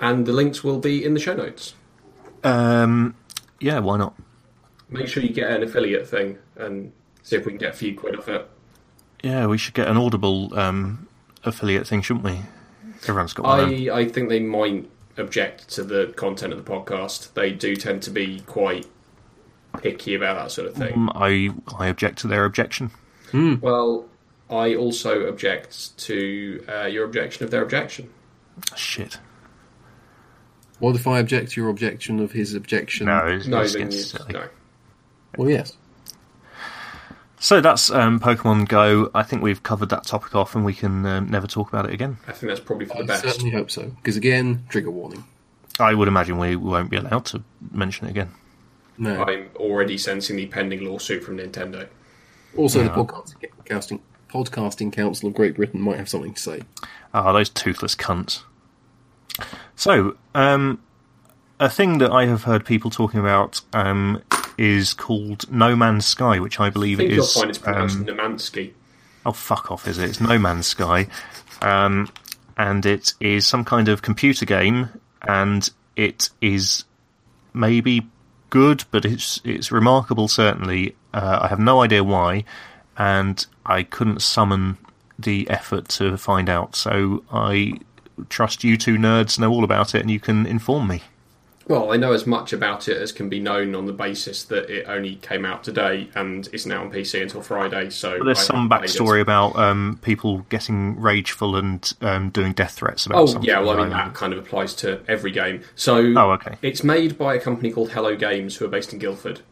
B: And the links will be in the show notes.
A: Um, yeah, why not?
B: Make sure you get an affiliate thing and see if we can get a few quid off it.
A: Yeah, we should get an Audible um, affiliate thing, shouldn't we? Everyone's got one.
B: I, I think they might object to the content of the podcast. They do tend to be quite picky about that sort of thing.
A: Um, I I object to their objection.
B: Well, I also object to uh, your objection of their objection.
A: Shit.
D: What if I object to your objection of his objection?
A: No, it's,
B: No,
A: it's
B: then
A: gets
B: you,
A: silly.
B: no.
D: Well, yes.
A: So that's um, Pokemon Go. I think we've covered that topic off, and we can um, never talk about it again.
B: I think that's probably for the
D: I
B: best.
D: certainly hope so. Because again, trigger warning.
A: I would imagine we won't be allowed to mention it again.
D: No.
B: I'm already sensing the pending lawsuit from Nintendo.
D: Also, the podcasting podcasting council of Great Britain might have something to say.
A: Ah, those toothless cunts. So, um, a thing that I have heard people talking about um, is called No Man's Sky, which I
B: I
A: believe
B: think
A: it
B: you'll
A: is.
B: find it's pronounced
A: um,
B: Nemansky.
A: oh, fuck off, is it? It's No Man's Sky. Um, and it is some kind of computer game, and it is maybe good, but it's it's remarkable. Certainly, uh, I have no idea why, and I couldn't summon the effort to find out. So I trust you two nerds know all about it, and you can inform me.
B: Well, I know as much about it as can be known on the basis that it only came out today and is now on PC until Friday. So
A: But there's
B: I
A: some
B: haven't played it.
A: backstory about um, people getting rageful and um, doing death threats about
B: Oh
A: something.
B: yeah, well I
A: don't
B: mean
A: know.
B: that kind of applies to every game. So
A: Oh, okay.
B: it's made by a company called Hello Games, who are based in Guildford,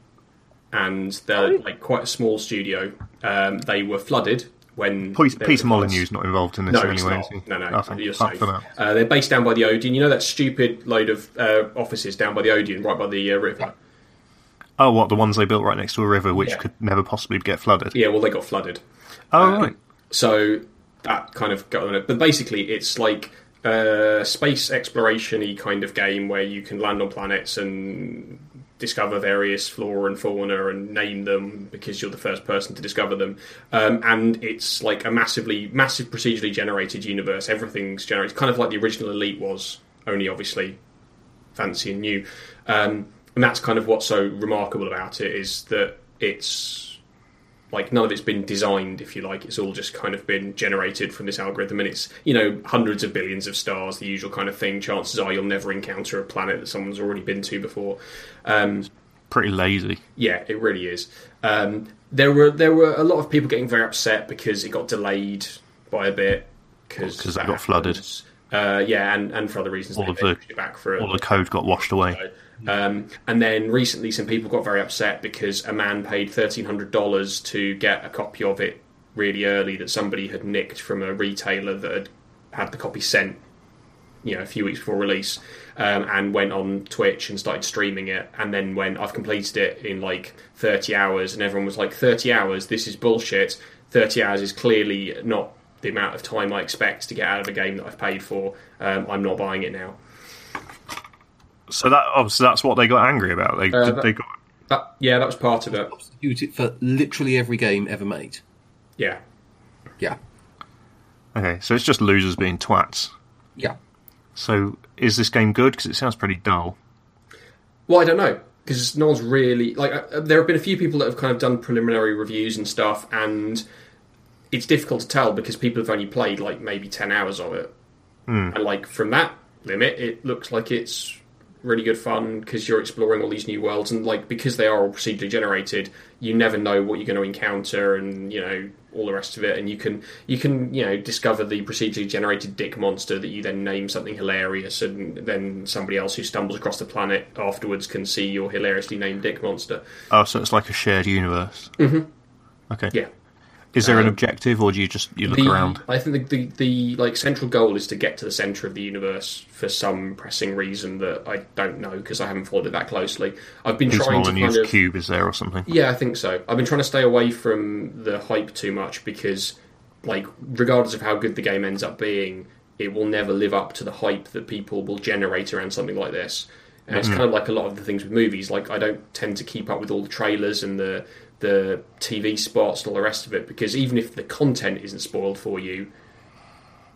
B: and they're
A: Oh.
B: like quite a small studio. Um, they were flooded when
A: Peter,
B: there was
A: Peter
B: a-
A: Molyneux's not involved in this
B: No,
A: anyway.
B: it's not.
A: is he?
B: No, no,
A: Oh, thank
B: you're
A: fuck
B: safe.
A: for that.
B: Uh, they're based down by the Odeon. You know that stupid load of uh, offices down by the Odeon, right by the uh, river.
A: Oh, what the ones they built right next to a river, which
B: Yeah.
A: could never possibly get flooded.
B: Yeah, well they got flooded.
A: Oh right.
B: So that kind of got on it. But basically, it's like a space exploration y kind of game where you can land on planets and discover various flora and fauna and name them because you're the first person to discover them. Um, and it's like a massively, massive procedurally generated universe. Everything's generated, kind of like the original Elite was, only obviously fancy and new. Um, and that's kind of what's so remarkable about it is that it's like none of it's been designed if you like it's all just kind of been generated from this algorithm and it's you know hundreds of billions of stars the usual kind of thing chances are you'll never encounter a planet that someone's already been to before um,
A: Pretty lazy.
B: yeah, it really is. Um, there were there were a lot of people getting very upset because it got delayed by a bit because
A: Oh, 'cause it got flooded.
B: Uh, yeah, and, and for other reasons,
A: All
B: they,
A: of
B: they
A: the-
B: pushed it back for a
A: All the code got washed away.
B: um, and then recently, some people got very upset because a man paid thirteen hundred dollars to get a copy of it really early that somebody had nicked from a retailer that had had the copy sent, you know, a few weeks before release, um, and went on Twitch and started streaming it. And then when I've completed it in like thirty hours, and everyone was like, thirty hours, this is bullshit. Thirty hours is clearly not the amount of time I expect to get out of a game that I've paid for. Um, I'm not buying it now.
A: So that obviously that's what they got angry about. They
B: Uh, that-
A: they got
B: That, yeah, that was part of it.
D: Substitute it for literally every game ever made.
B: Yeah.
D: Yeah.
A: okay. So it's just losers being twats.
D: Yeah.
A: So is this game good? Because it sounds pretty dull.
B: Well, I don't know because no one's really like. Uh, there have been a few people that have kind of done preliminary reviews and stuff, and it's difficult to tell because people have only played like maybe ten hours of it, and like from that limit, it looks like it's really good fun because you're exploring all these new worlds and like because they are all procedurally generated you never know what you're going to encounter and you know all the rest of it and you can you can you know discover the procedurally generated dick monster that you then name something hilarious and then somebody else who stumbles across the planet afterwards can see your hilariously named dick monster
A: Oh, so it's like a shared universe. Mm-hmm. Okay.
B: yeah
A: Is there an
B: Um,
A: objective, or do you just you look
B: the,
A: around?
B: I think the, the, the like central goal is to get to the center of the universe for some pressing reason that I don't know because I haven't followed it that closely. I've been
A: Peter
B: trying to kind
A: Molyneux's
B: of
A: cube is there or something?
B: yeah, I think so. I've been trying to stay away from the hype too much because, like, regardless of how good the game ends up being, it will never live up to the hype that people will generate around something like this. And
A: Mm-hmm.
B: it's kind of like a lot of the things with movies. Like, I don't tend to keep up with all the trailers and the the TV spots and all the rest of it because even if the content isn't spoiled for you,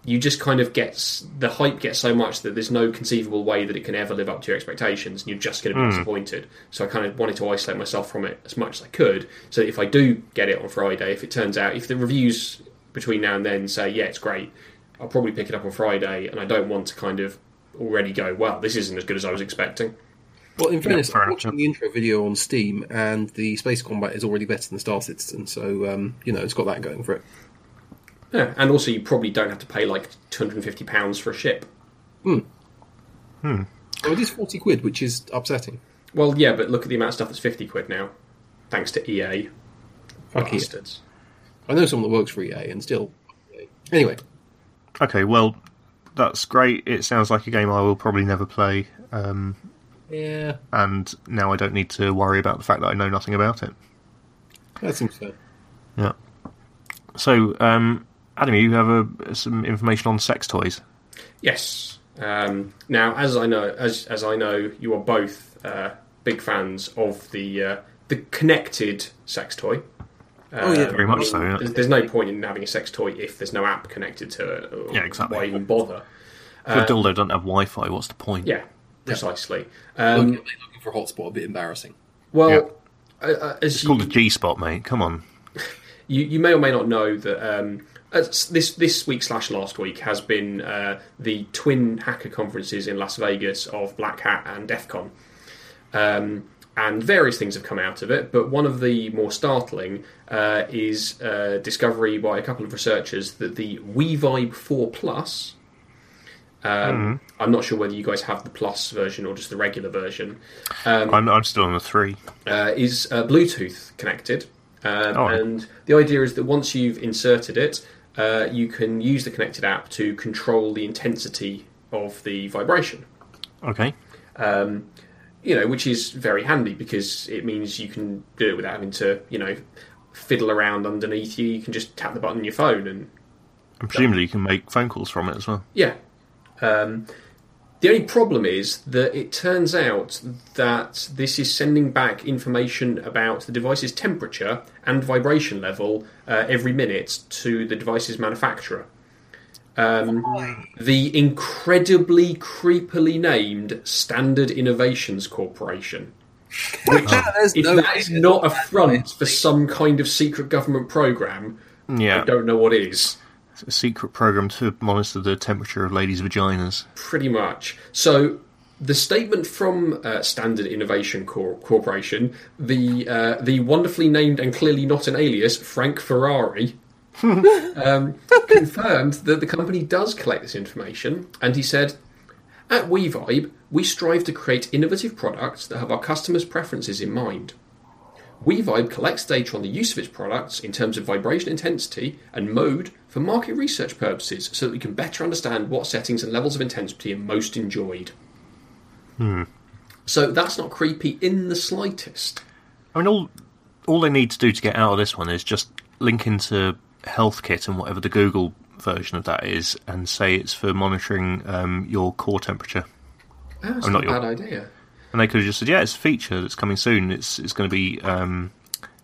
B: you just kind of gets the hype gets so much that there's no conceivable way that it can ever live up to your expectations, and you're just
D: Hmm.
B: going to be disappointed. So I kind of wanted to isolate myself from it as much as I could, so that if I do get it on Friday, if it turns out if the reviews between now and then say yeah it's great, I'll probably pick it up on Friday, and I don't want to kind of already go well this isn't as good as I was expecting.
D: Well, in fairness,
A: fair
D: I'm
A: enough,
D: watching
A: yeah.
D: the intro video on Steam, and the space combat is already better than Star Citizen, so um, you know it's got that going for it.
B: Yeah, and also you probably don't have to pay like two hundred and fifty pounds for a ship.
D: Oh, it is forty quid, which is upsetting.
B: Well, yeah, but look at the amount of stuff that's fifty quid now, thanks to EA.
D: Fuck you.
B: Bastards.
D: I know someone that works for EA, and still. Anyway,
A: Okay, well, that's great. It sounds like a game I will probably never play,
D: yeah,
A: and now I don't need to worry about the fact that I know nothing about it.
D: that seems fair.
A: Yeah. So, um, Adam, you have uh some information on sex toys.
B: Yes. Um, now, as I know, as as I know, you are both uh, big fans of the uh, the connected sex toy. Um,
D: Oh, yeah.
A: Very much so, yeah.
B: There's, there's no point in having a sex toy if there's no app connected to it. or
A: Yeah, exactly.
B: Why even bother?
A: If a dildo doesn't have Wi-Fi, what's the point?
B: Yeah, precisely.
D: Look,
B: Um,
D: looking for a hotspot, a bit embarrassing.
B: well, uh, uh, as
A: It's
B: you,
A: called a G spot, mate. Come on.
B: you, you may or may not know that um, as- this this week slash last week has been uh, the twin hacker conferences in Las Vegas of Black Hat and DEF CON. Um, and various things have come out of it, but one of the more startling uh, is uh, discovery by a couple of researchers that the WeVibe 4 Plus, um, I'm not sure whether you guys have the Plus version or just the regular version,
A: I'm, I'm still on the three.
B: uh, is uh, Bluetooth connected. Um,
A: Oh.
B: And the idea is that once you've inserted it, uh, you can use the connected app to control the intensity of the vibration.
A: Okay.
B: You know, which is very handy because it means you can do it without having to, you know, fiddle around underneath you. You can just tap the button on your phone and
A: And presumably you can make phone calls from it as well.
B: Yeah. Um, the only problem is that it turns out that this is sending back information about the device's temperature and vibration level uh, every minute to the device's manufacturer. Um, the incredibly creepily named Standard Innovations Corporation.
D: There's
B: If
D: no-
B: that is not a front for some kind of secret government program,
A: Yeah.
B: I don't know what is.
A: It's a secret program to monitor the temperature of ladies' vaginas.
B: pretty much. So the statement from uh, Standard Innovation Cor- Corporation, the uh, the wonderfully named and clearly not an alias Frank Ferrari, um, confirmed that the company does collect this information, and he said. At WeVibe, we strive to create innovative products that have our customers' preferences in mind. WeVibe collects data on the use of its products in terms of vibration intensity and mode for market research purposes so that we can better understand what settings and levels of intensity are most enjoyed. So that's not creepy in the slightest.
A: I mean, all all they need to do to get out of this one is just link into Health Kit and whatever the Google version of that is, and say it's for monitoring um, your core temperature.
B: Ah, That's
A: I'm
B: not,
A: not
B: a bad idea.
A: And they could have just said, "Yeah, it's a feature that's coming soon. It's it's going to be um,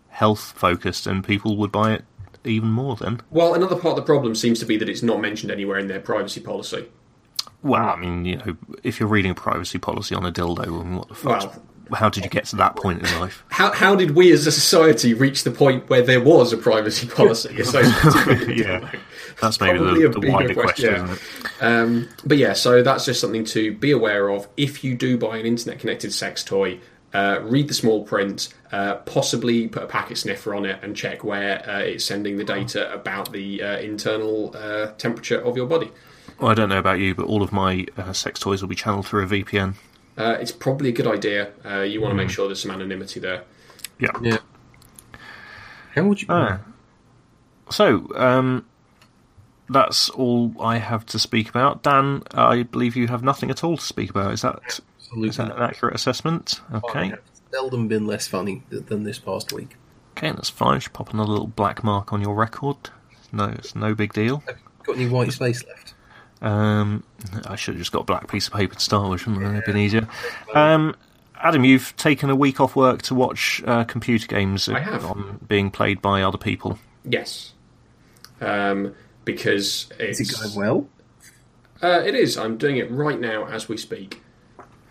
A: health focused, and people would buy it even more." Then,
B: Well, another part of the problem seems to be that it's not mentioned anywhere in their privacy policy.
A: well, I mean, you know, if you're reading a privacy policy on a dildo, and what the fuck?
B: Well-
A: how did you get to that point in life?
B: How, how did we as a society reach the point where there was a privacy policy associated with
A: yeah,
B: it?
A: that's maybe
B: Probably a
A: the, the
B: bigger
A: wider
B: question,
A: question.
B: yeah.
A: isn't it?
B: Um, but yeah, so that's just something to be aware of. If you do buy an internet connected sex toy, uh, read the small print, uh, possibly put a packet sniffer on it and check where uh, it's sending the data about the uh, internal uh, temperature of your body.
A: Well, I don't know about you, but all of my uh, sex toys will be channeled through a VPN.
B: Uh, it's probably a good idea. Uh, you want to make sure there's some anonymity there.
A: Yeah.
D: Yeah. How would you?
A: Ah. So, um, that's all I have to speak about. Dan, I believe you have nothing at all to speak about. Is that,
D: Absolutely
A: is that
D: not.
A: an accurate assessment? Okay.
D: It's seldom been less funny th- than this past week.
A: Okay, that's fine. Just pop another little black mark on your record. No, it's no big deal.
D: Got any white space left?
A: Um, I should have just got a black piece of paper to start with, shouldn't I? It'd been easier. Um, Adam, you've taken a week off work to watch uh, computer games
B: I have.
A: on being played by other people.
B: Yes. Um, because it's,
D: Is it going well?
B: Uh, it is. I'm doing it right now as we speak.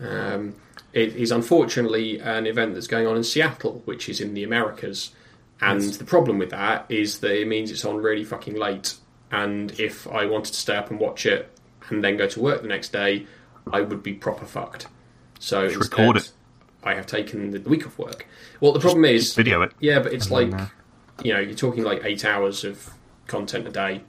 B: Um, it is unfortunately an event that's going on in Seattle, which is in the Americas. And the problem with that is that it means it's on really fucking late. And if I wanted to stay up and watch it and then go to work the next day, I would be proper fucked. So
A: record it.
B: I have taken the week off work. Well, the problem is,
A: Video it.
B: yeah, but it's like
A: then, uh,
B: you know, you're talking like eight hours of content a day.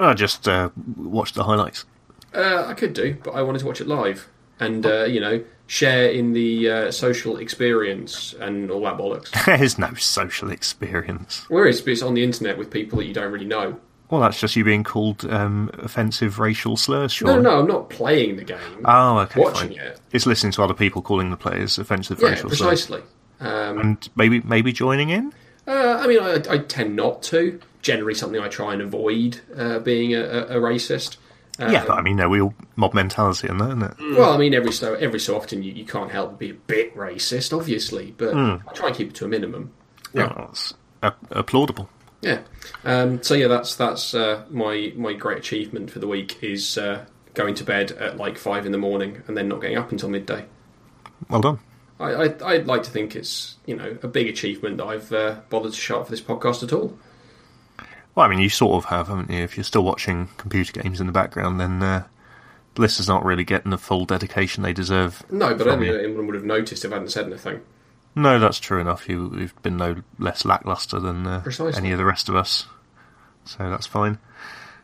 A: I just uh, watch the highlights.
B: Uh, I could do, but I wanted to watch it live and uh, you know share in the uh, social experience and all that bollocks.
A: There's no social experience.
B: Whereas it's on the internet with people that you don't really know.
A: Well, that's just you being called um, offensive racial slurs,
B: No,
A: surely.
B: no, no, I'm not playing the game.
A: Oh, okay,
B: watching
A: fine.
B: it.
A: It's listening to other people calling the players offensive
B: Yeah,
A: racial slurs.
B: precisely. Um,
A: And maybe maybe joining in?
B: Uh, I mean, I, I tend not to. Generally, something I try and avoid uh, being a, a, a racist. Uh, Mm.
A: yeah, but I mean, they're real mob mentality in there, isn't it?
B: Well, I mean, every so every so often you, you can't help but be a bit racist, obviously, but
A: Hmm.
B: I try and keep it to a minimum.
A: Yeah. That's a- applaudable.
B: Yeah. Um, so yeah, that's that's uh, my my great achievement for the week is uh, going to bed at like five in the morning and then not getting up until midday.
A: Well done.
B: I, I I'd like to think it's you know a big achievement that I've uh, bothered to shout for this podcast at all.
A: Well, I mean, you sort of have, haven't you? If you're still watching computer games in the background, then uh, the listeners aren't really getting the full dedication they deserve.
B: No, but I don't
A: from
B: think
A: you.
B: anyone would have noticed if I hadn't said anything.
A: No, that's true enough. You, you've been no less lackluster than uh,
B: Precisely.
A: any of the rest of us, so that's fine.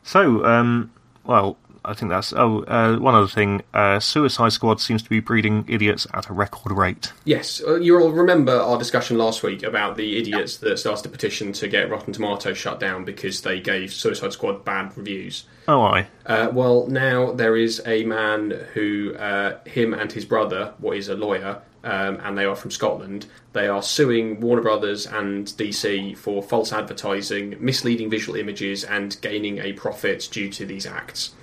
A: So, um, well, I think that's. Oh, uh, one other thing: uh, Suicide Squad seems to be breeding idiots at a record rate.
B: Yes, uh, you'll remember our discussion last week about the idiots that started a petition to get Rotten Tomatoes shut down because they gave Suicide Squad bad reviews.
A: Oh, I.
B: Uh, well, now there is a man who, uh, him and his brother, what is a lawyer, um, and they are from Scotland, they are suing Warner Brothers and DC for false advertising, misleading visual images, and gaining a profit due to these acts.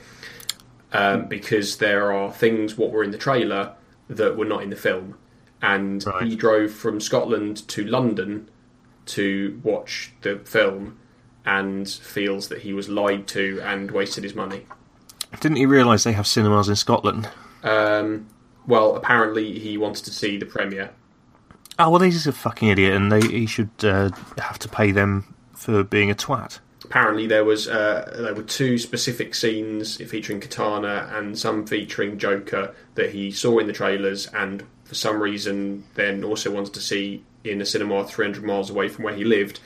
B: Um, because there are things, what were in the trailer, that were not in the film. And
A: Right.
B: he drove from Scotland to London to watch the film and feels that he was lied to and wasted his money.
A: Didn't you realise they have cinemas in Scotland?
B: Um, well, apparently he wanted to see the premiere.
A: Oh well, he's a fucking idiot, and they, he should uh, have to pay them for being a twat.
B: Apparently there was uh, there were two specific scenes featuring Katana and some featuring Joker that he saw in the trailers and for some reason then also wanted to see in a cinema 300 miles away from where he lived.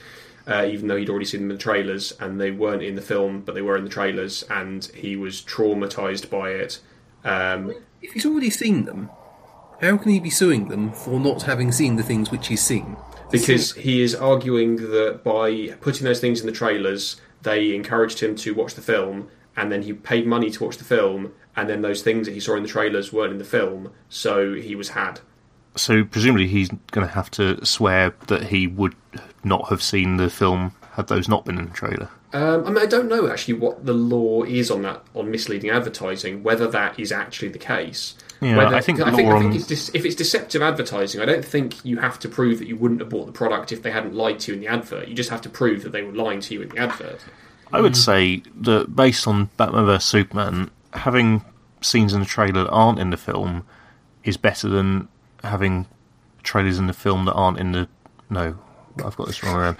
B: Uh, even though he'd already seen them in the trailers, and they weren't in the film, but they were in the trailers, and he was traumatized by it. Um,
C: If he's already seen them, how can he be suing them for not having seen the things which he's seen?
B: because he is arguing that by putting those things in the trailers, they encouraged him to watch the film, and then he paid money to watch the film, and then those things that he saw in the trailers weren't in the film, so he was had.
A: So presumably he's going to have to swear that he would not have seen the film had those not been in the trailer.
B: Um, I mean, I don't know actually what the law is on that on misleading advertising, whether that is actually the case.
A: Yeah,
B: Whether-
A: I think
B: I think,
A: law
B: I think
A: on-
B: it's dis- if it's deceptive advertising, I don't think you have to prove that you wouldn't have bought the product if they hadn't lied to you in the advert. You just have to prove that they were lying to you in the advert.
A: I
B: Mm.
A: would say that based on Batman vs Superman, having scenes in the trailer that aren't in the film is better than having trailers in the film that aren't in the. No, I've got this wrong around.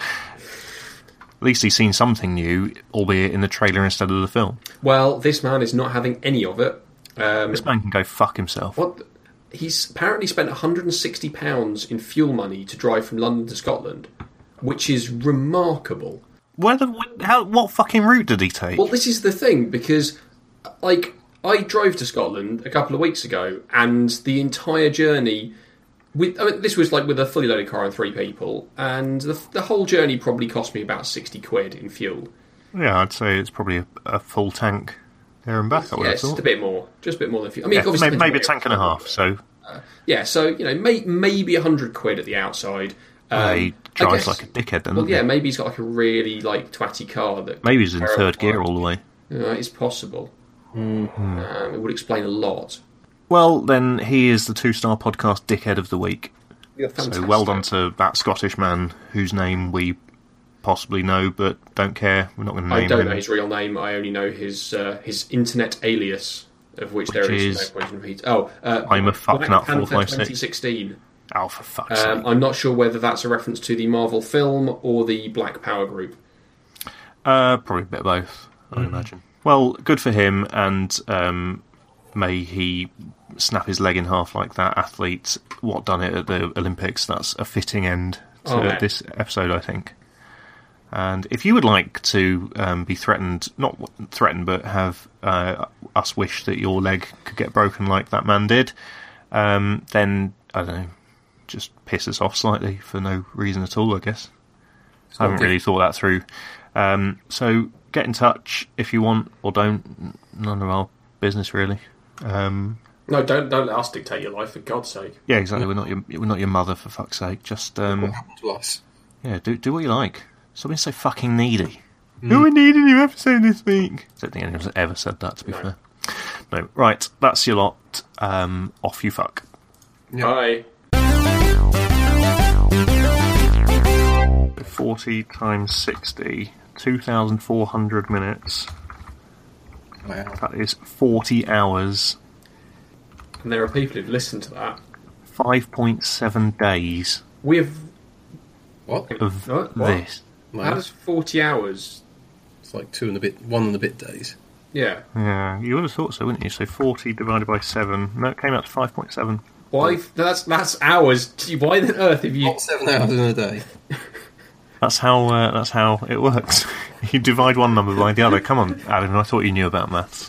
A: At least he's seen something new, albeit in the trailer instead of the film.
B: Well, this man is not having any of it. Um,
A: This man can go fuck himself.
B: what? the- He's apparently spent 160 pounds in fuel money to drive from London to Scotland, which is remarkable.
A: Where the how, what fucking route did he take?
B: Well, this is the thing because, like, I drove to Scotland a couple of weeks ago, and the entire journey. With, I mean, this was like with a fully loaded car and three people, and the, the whole journey probably cost me about 60 quid in fuel.
A: yeah, I'd say it's probably a, a full tank there and back. I would
B: Yeah,
A: have
B: just
A: thought.
B: a bit more. Just a bit more than fuel. I mean,
A: Yeah,
B: obviously.
A: maybe, maybe a tank and a half.
B: Um,
A: So
B: Yeah, so you know, may, maybe a hundred quid at the outside. Um,
A: uh, he drives
B: guess-
A: like a dickhead. Then
B: Well,
A: doesn't he?
B: yeah, maybe he's got like a really like twatty car that
A: Maybe he's in
B: Terrible.
A: third gear Hmm. all the way.
B: you know, it's possible. Um, it would explain a lot.
A: Well, then he is the two star podcast dickhead of the week.
B: Fantastic.
A: So well done to that Scottish man whose name we possibly know but don't care. We're not going to name
B: I don't
A: him.
B: know his real name. I only know his uh, his internet alias, of which, there is,
A: is-
B: no point in repeat. Oh, uh,
A: I'm a fuck
B: Black
A: nut
B: Panther
A: 456.
B: 2016.
A: Oh, for fuck's
B: Um,
A: sake.
B: I'm not sure whether that's a reference to the Marvel film or the Black Power group.
A: Uh, probably a bit of both, I imagine. Well, good for him, and um, may he snap his leg in half like that athlete what done it at the Olympics. That's a fitting end to
B: Oh, man.
A: this episode, I think. And if you would like to um, be threatened, not w- threatened, but have uh, us wish that your leg could get broken like that man did, um, then I don't know, just piss us off slightly for no reason at all, I guess. I haven't
C: Okay.
A: really thought that through. Um, so get in touch if you want or don't. None of our business really. Um,
B: No, don't don't let us dictate your life for God's sake.
A: yeah, exactly. We're not your we're not your mother for fuck's sake. Just um,
D: What happened to us?
A: yeah, do do what you like. Stop being so fucking needy. No one needed a new episode this week. I don't think anyone's ever said that. To be
B: No.
A: fair. No, right. That's your lot. Um, off you fuck.
D: Yeah.
B: Bye.
A: Forty times 60, 2,400 minutes.
D: Wow.
A: That is forty hours,
B: And there are people who've listened to that.
A: five point seven days
B: We have
D: What?
A: of
B: Oh, what?
A: this.
B: How
D: Like,
B: does forty hours?
D: it's like two and a bit, one and a bit days.
B: Yeah.
A: Yeah, you would have thought so, wouldn't you? So 40 divided by 7. No, it came out to 5.7.
B: Why? That's that's hours. Gee, Why on earth have you?
D: Not seven hours in a day.
A: That's how uh, that's how it works. you divide one number by the other. Come on, Adam, I thought you knew about maths.